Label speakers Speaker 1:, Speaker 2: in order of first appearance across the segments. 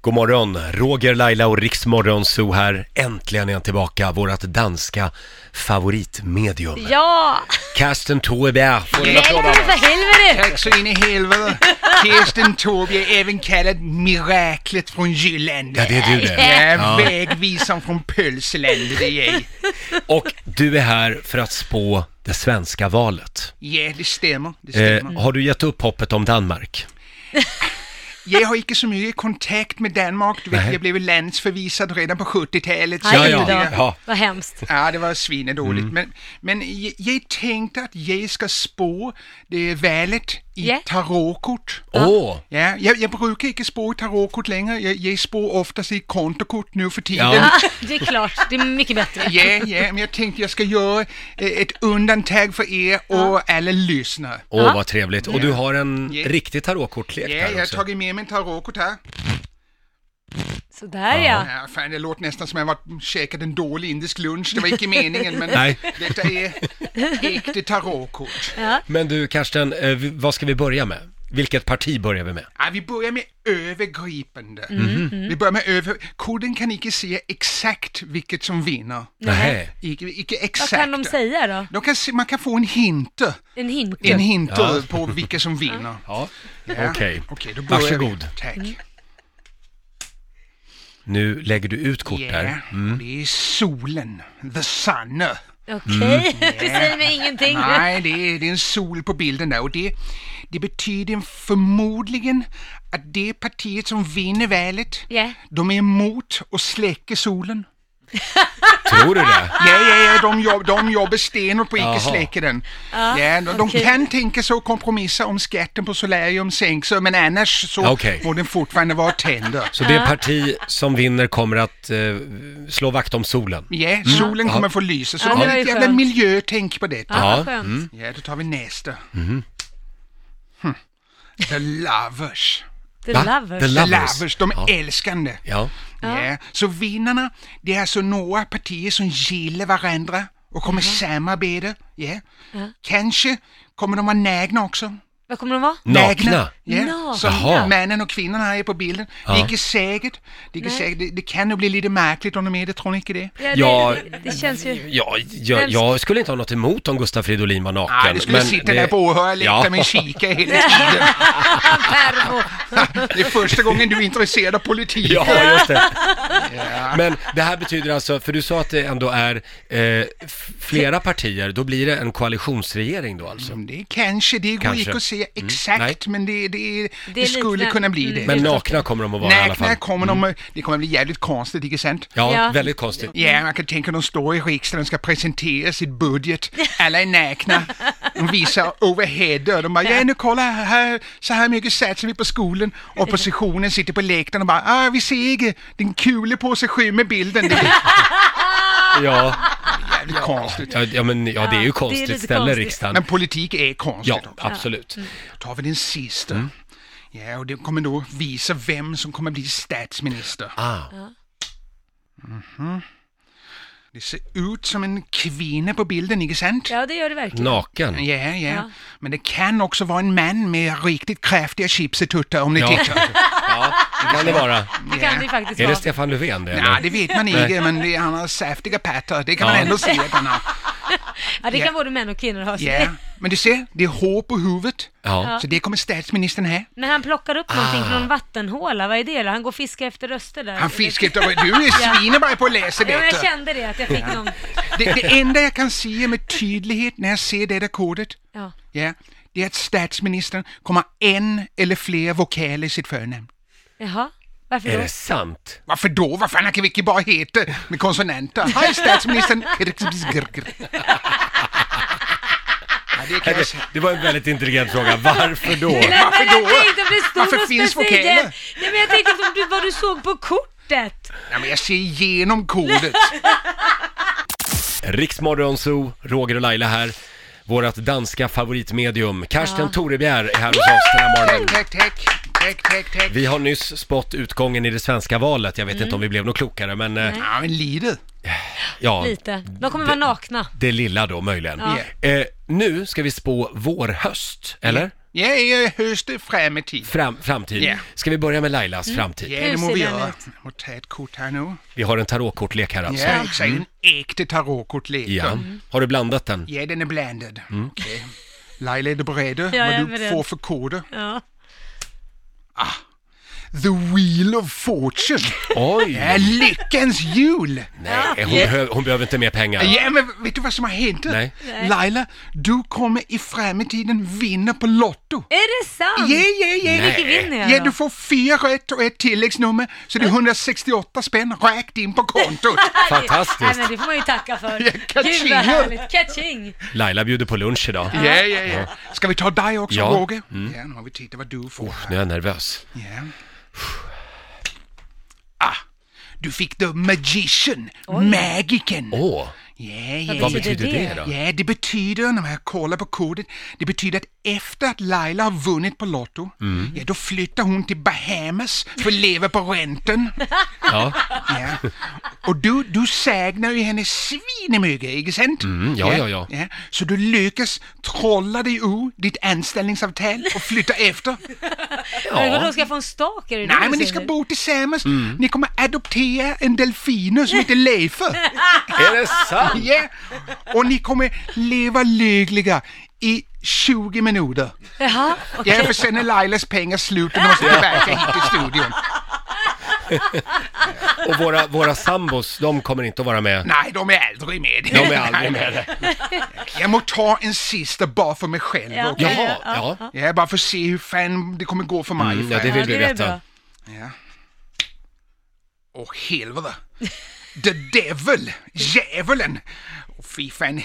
Speaker 1: God morgon, Roger, Laila och Riksmorgon Zoo här. Äntligen är han tillbaka, vårt danska favoritmedium.
Speaker 2: Ja!
Speaker 1: Carsten Torebjer, får du en applåd av
Speaker 2: Välkommen
Speaker 1: oss.
Speaker 2: för helvete!
Speaker 3: Tack så in i helvete! Kirsten Torbjer, även kallad Miraklet från Jylland.
Speaker 1: Ja, det är du det.
Speaker 3: Ja, vägvisaren från Pölseland, det är jag.
Speaker 1: Och du är här för att spå det svenska valet.
Speaker 3: Ja, det stämmer. Det stämmer.
Speaker 1: Eh, har du gett upp hoppet om Danmark?
Speaker 3: Jag har inte så mycket kontakt med Danmark, du
Speaker 1: Nej.
Speaker 3: vet, jag blev landsförvisad redan på 70-talet. så
Speaker 2: Aj
Speaker 1: Ja,
Speaker 3: jag
Speaker 1: ja. Mm.
Speaker 3: inte-
Speaker 2: då.
Speaker 1: Ja.
Speaker 2: Vad hemskt.
Speaker 3: Ja, det var svinedåligt. Men, men jag, jag tänkte att jag ska spå det valet i
Speaker 2: Ja.
Speaker 3: tarotkort.
Speaker 1: Åh!
Speaker 3: Ja, jag, jag brukar inte spå i tarotkort längre. Jag, jag spår oftast i kontokort nu för tiden.
Speaker 1: Ja.
Speaker 2: Ah, det är klart, det är mycket bättre.
Speaker 3: Ja, ja, men jag tänkte jag ska göra eh, ett undantag för er och alla lyssnare.
Speaker 1: Åh,
Speaker 2: Ja.
Speaker 1: vad trevligt. Och du har en
Speaker 3: Ja.
Speaker 1: riktig tarotkortlek
Speaker 3: Ja,
Speaker 1: där
Speaker 3: jag har
Speaker 1: också.
Speaker 3: tagit med mig en tarotkort här.
Speaker 2: Sådär ja.
Speaker 3: Ja, fan, det låter nästan som att jag varit käkat en dålig indisk lunch. Det var inte meningen, men
Speaker 1: Nej.
Speaker 3: detta är äkta tarotkort.
Speaker 1: Men du Karsten, eh, vi- vad ska vi börja med? Vilket parti börjar vi med?
Speaker 3: Ja, vi börjar med övergripande. Mm. Vi börjar med över... Koden kan inte säga exakt vilket som vinner.
Speaker 1: Nej.
Speaker 3: Icke, icke
Speaker 2: Vad
Speaker 3: exakt.
Speaker 2: kan de säga då?
Speaker 3: De kan se, man kan få en hint,
Speaker 2: En hint?
Speaker 3: en hint
Speaker 1: Ja.
Speaker 3: på vilka som vinner.
Speaker 1: Ja.
Speaker 3: Ja.
Speaker 1: Okej.
Speaker 3: Okej, då börjar
Speaker 1: Varsågod.
Speaker 3: Vi. Tack.
Speaker 1: Nu lägger du ut kort
Speaker 3: Yeah.
Speaker 1: här.
Speaker 2: Mm.
Speaker 3: Det är solen, the sun.
Speaker 1: Mm.
Speaker 2: Okej, det säger mig ingenting.
Speaker 3: Nej, det är, det är en sol på bilden där och det, det betyder förmodligen att det partiet som vinner valet,
Speaker 2: Ja.
Speaker 3: de är emot och släcker solen.
Speaker 1: Tror du det?
Speaker 2: Ah!
Speaker 3: Ja, ja, ja, de, jobb, de jobbar stenhårt på
Speaker 1: Jaha.
Speaker 3: icke släcker den. Ja, de, de
Speaker 2: Ah, okej.
Speaker 3: kan tänka sig att kompromissa om skatten på solarium sänks, men annars så
Speaker 1: Okej.
Speaker 3: må den fortfarande vara tänd.
Speaker 1: Så det parti som vinner kommer att eh, slå vakt om solen?
Speaker 3: Ja, solen kommer få lysa, så
Speaker 2: Mm. Ja, det
Speaker 3: de har
Speaker 2: var
Speaker 3: ett
Speaker 2: ju
Speaker 3: jävla
Speaker 2: skönt.
Speaker 3: miljötänk på detta.
Speaker 1: Ja,
Speaker 2: Ja,
Speaker 1: Mm.
Speaker 2: vad skönt.
Speaker 3: Ja, då tar vi nästa.
Speaker 1: Mhm.
Speaker 3: Hm. The lovers.
Speaker 2: The
Speaker 1: Va?
Speaker 2: lovers.
Speaker 1: The
Speaker 3: The
Speaker 1: Lovers.
Speaker 3: lovers, de
Speaker 1: Ja.
Speaker 3: älskande.
Speaker 1: Ja.
Speaker 3: Ja. Så vinnarna, det är alltså några partier som gillar varandra och kommer samarbeta. Ja. Kanske kommer de vara nägna också.
Speaker 2: Vad kommer de vara?
Speaker 1: Nakna?
Speaker 3: Ja.
Speaker 2: Nakna.
Speaker 3: Som
Speaker 1: Jaha.
Speaker 3: männen och kvinnorna här är på bilden. Det är inte säkert. Det, är inte
Speaker 2: Nej.
Speaker 3: säkert. Det, det kan nog bli lite märkligt om de är det, tror ni inte det?
Speaker 2: Ja, det,
Speaker 1: Ja.
Speaker 2: det, det känns ju...
Speaker 1: Ja, jag,
Speaker 2: Helst.
Speaker 1: jag skulle inte ha något emot om Gustaf Fridolin var naken.
Speaker 3: Nej, det skulle sitta där på åhörarläktaren med kika hela tiden.
Speaker 2: Pervo.
Speaker 3: Det är första gången du är intresserad av politik.
Speaker 1: Ja, just det. Men det här betyder alltså, för du sa att det ändå är eh, f- flera partier, då blir det en koalitionsregering då alltså?
Speaker 3: Som Mm, Det är kanske, det går
Speaker 1: Kanske. Mm,
Speaker 3: inte att säga exakt, men det, det, är- det,
Speaker 2: är
Speaker 3: skulle
Speaker 2: lite-
Speaker 3: kunna bli
Speaker 2: mm.
Speaker 3: det.
Speaker 1: Men nakna kommer de att vara i alla fall? Mm.
Speaker 3: Näkna kommer de, det kommer bli jävligt konstigt, inte sant?
Speaker 1: Ja,
Speaker 2: Ja.
Speaker 1: väldigt konstigt.
Speaker 3: Ja, man kan tänka de står i riksdagen och ska presentera sitt budget. Alla är näkna. De visar overheader. De bara, ja nu kolla här, så här mycket satsar vi på skolan. Oppositionen sitter på läktaren och bara, ah vi ser inte, den kule på sig skymmer bilden. Det är
Speaker 1: Ja,
Speaker 3: jävligt konstigt.
Speaker 1: ja, ja, men, ja det är ju konstigt
Speaker 2: lite
Speaker 1: ställe
Speaker 2: konstigt.
Speaker 3: Men
Speaker 1: riksdagen.
Speaker 3: politik är konstigt
Speaker 1: Ja,
Speaker 3: också.
Speaker 1: absolut.
Speaker 3: tar vi den sista.
Speaker 1: Mm.
Speaker 3: Ja, och det kommer då visa vem som kommer bli statsminister.
Speaker 1: Ah,
Speaker 3: Det ser ut som en kvinna på bilden, inte sant?
Speaker 2: Ja, det gör det verkligen.
Speaker 1: naken.
Speaker 3: Ja, ja,
Speaker 2: Ja.
Speaker 3: Men det kan också vara en man med riktigt kraftiga chips i tuttar om ni
Speaker 1: Ja.
Speaker 3: tittar.
Speaker 1: Ja, det kan det vara.
Speaker 2: Det kan det ju faktiskt
Speaker 1: Är
Speaker 2: vara.
Speaker 1: det Stefan Löfven det?
Speaker 3: Nej,
Speaker 1: eller?
Speaker 3: det vet man inte, men det, han har saftiga pattar. Det kan
Speaker 1: Ja.
Speaker 3: man ändå se att han har.
Speaker 2: Ja, det
Speaker 3: Ja.
Speaker 2: kan både män och kvinnor ha. så
Speaker 3: Ja.
Speaker 2: det-
Speaker 3: Men du ser, det är hår på huvudet.
Speaker 1: Ja.
Speaker 3: Så det kommer statsministern här.
Speaker 2: Men han plockar upp någonting
Speaker 1: Ah.
Speaker 2: från en vattenhåla, vad är det? då? Han går och fiskar efter röster där.
Speaker 3: Han fiskar efter... Du är svinebra på att läsa
Speaker 2: Ja, men jag
Speaker 3: detta.
Speaker 2: kände det, att jag fick någon...
Speaker 3: Det, det enda jag kan säga med tydlighet när jag ser detta kodet,
Speaker 2: Ja.
Speaker 3: Ja, det är att statsministern kommer ha en eller fler vokäler i sitt förnamn.
Speaker 2: Jaha, varför
Speaker 1: Är
Speaker 2: då?
Speaker 1: det sant?
Speaker 3: Varför då? Vad fan, han kan väl inte bara heta med konsonanter? Hej statsministern! Ja, det kan jag säga.
Speaker 1: Det var en väldigt intelligent fråga. Varför då?
Speaker 2: Nej,
Speaker 3: Varför
Speaker 2: men jag
Speaker 3: då?
Speaker 2: tänkte om det stod
Speaker 3: Varför
Speaker 2: något
Speaker 3: finns
Speaker 2: speciellt.
Speaker 3: vokäler?
Speaker 2: Nej, men jag tänkte om du, vad du såg på kortet.
Speaker 3: Nej, men jag ser igenom kodet.
Speaker 1: Riksmorgonzoo, Roger och Laila här. Vårat danska favoritmedium, Karsten Torebjer är här hos oss den här morgonen.
Speaker 3: Tack, tack, tack, tack, tack.
Speaker 1: Vi har nyss spått utgången i det svenska valet. Jag vet inte om vi blev något klokare, men eh,
Speaker 3: Ja, Ah, men lite.
Speaker 1: ja,
Speaker 2: Lite. De kommer vara nakna.
Speaker 1: det lilla då möjligen.
Speaker 3: Ja.
Speaker 1: Eh, nu ska vi spå vår höst, eller?
Speaker 3: Jag är höst fram i tid.
Speaker 1: Fram, framtid.
Speaker 3: Ja.
Speaker 1: Ska vi börja med Lailas framtid?
Speaker 3: Ja, det
Speaker 2: Hur
Speaker 3: må
Speaker 2: ser
Speaker 3: vi
Speaker 2: den
Speaker 3: göra.
Speaker 2: ut?
Speaker 3: Och ta ett kort här nu.
Speaker 1: Vi har en tarotkortlek här alltså.
Speaker 3: Ja, exakt. En äkta tarotkortlek.
Speaker 1: Ja. Har du blandat den?
Speaker 3: Ja, den är blandad.
Speaker 1: Mm.
Speaker 3: Okej. Laila, är du beredd?
Speaker 2: jag är
Speaker 3: Vad du
Speaker 2: beredd.
Speaker 3: får för koder?
Speaker 2: Ja.
Speaker 3: The Wheel of Fortune. Ja,
Speaker 1: Oj!
Speaker 3: lyckans hjul!
Speaker 1: Nej, hon, behöver, hon behöver inte mer pengar.
Speaker 3: Ja, men vet du vad som har hänt?
Speaker 1: Nej.
Speaker 3: Laila, du kommer i framtiden vinna på Lotto.
Speaker 2: Är det sant?
Speaker 3: Ja, ja, ja.
Speaker 1: Nej.
Speaker 2: Vilket vinner jag
Speaker 3: Ja,
Speaker 2: då?
Speaker 3: du får fyra rätt och ett tilläggsnummer, så det är 168 spänn rakt in på kontot.
Speaker 2: Nej
Speaker 1: Fantastiskt!
Speaker 2: men det får man ju tacka för.
Speaker 3: Ja, catching.
Speaker 2: Gud vad härligt. Catching!
Speaker 1: Laila bjuder på lunch idag.
Speaker 3: Ja, ja, ja. Ska vi ta dig också,
Speaker 1: Ja. Mm.
Speaker 3: Roger? Ja, nu har vi tittat vad du får.
Speaker 1: Nu är jag nervös.
Speaker 3: Ja. Ah, du fick The Magician, Magicen.
Speaker 1: Åh,
Speaker 3: Ja, ja,
Speaker 1: vad
Speaker 2: Vad betyder
Speaker 1: betyder det,
Speaker 2: det?
Speaker 1: då?
Speaker 3: Ja, det betyder, när jag kollar på kodet, det betyder att efter att Laila har vunnit på Lotto,
Speaker 1: Mm.
Speaker 3: ja då flyttar hon till Bahamas för att leva på ränten.
Speaker 1: Ja.
Speaker 3: Ja. Och du, du sägnar ju henne svinemycket, inte sant?
Speaker 1: Mm, ja, ja, ja.
Speaker 3: Så du lyckas trolla dig ur ditt anställningsavtal och flytta efter.
Speaker 2: Men vadå, ska jag få en stalker? Är det det
Speaker 3: Nej,
Speaker 2: du
Speaker 3: men ni
Speaker 2: säger?
Speaker 3: ska bo tillsammans.
Speaker 1: Mm.
Speaker 3: Ni kommer adoptera en delfiner som heter Leife.
Speaker 1: Är det sant?
Speaker 3: Ja, och ni kommer leva lyckliga i 20 minuter.
Speaker 2: Jaha,
Speaker 3: Ja,
Speaker 2: okej.
Speaker 3: för sen är Lailas pengar slut och de måste tillbaka hit till studion.
Speaker 1: Och våra, våra sambos, de kommer inte att vara med.
Speaker 3: Nej, de är aldrig med.
Speaker 1: De är aldrig med.
Speaker 3: Jag må ta en sista bara för mig själv.
Speaker 2: Ja.
Speaker 3: okej?
Speaker 1: Jaha, ja.
Speaker 3: Ja, bara för att se hur fan det kommer gå för mig.
Speaker 1: Mm, ja, det
Speaker 2: Ja,
Speaker 1: vill vi
Speaker 2: det är
Speaker 1: veta.
Speaker 2: bra.
Speaker 3: Ja. Åh helvete! The devil! Djävulen! Åh fy fan. Eh,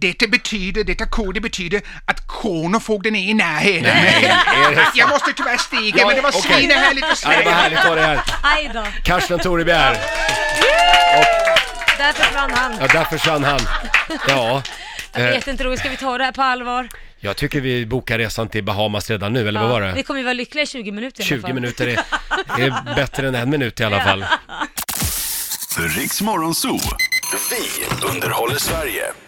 Speaker 3: detta betyder, detta kod betyder att kronofogden är i närheten.
Speaker 1: Är det...
Speaker 3: Jag måste tyvärr stiga,
Speaker 1: Ja,
Speaker 3: men det var
Speaker 1: okej.
Speaker 3: svinehärligt att
Speaker 1: Ja, det var
Speaker 3: snälla.
Speaker 1: härligt att ha det här.
Speaker 2: Aj då,
Speaker 1: Karsten Torebjer,
Speaker 2: där försvann han.
Speaker 1: ja, där försvann han. Ja,
Speaker 2: Jag vet inte Roger, ska vi ta det här på allvar?
Speaker 1: jag tycker vi bokar resan till Bahamas redan nu, eller vad var
Speaker 2: Vi
Speaker 1: det?
Speaker 2: kommer ju vara lyckliga i 20 minuter i alla
Speaker 1: 20
Speaker 2: fall.
Speaker 1: minuter är, är bättre än en minut i alla fall.
Speaker 4: Riks Morgonzoo. Vi underhåller Sverige.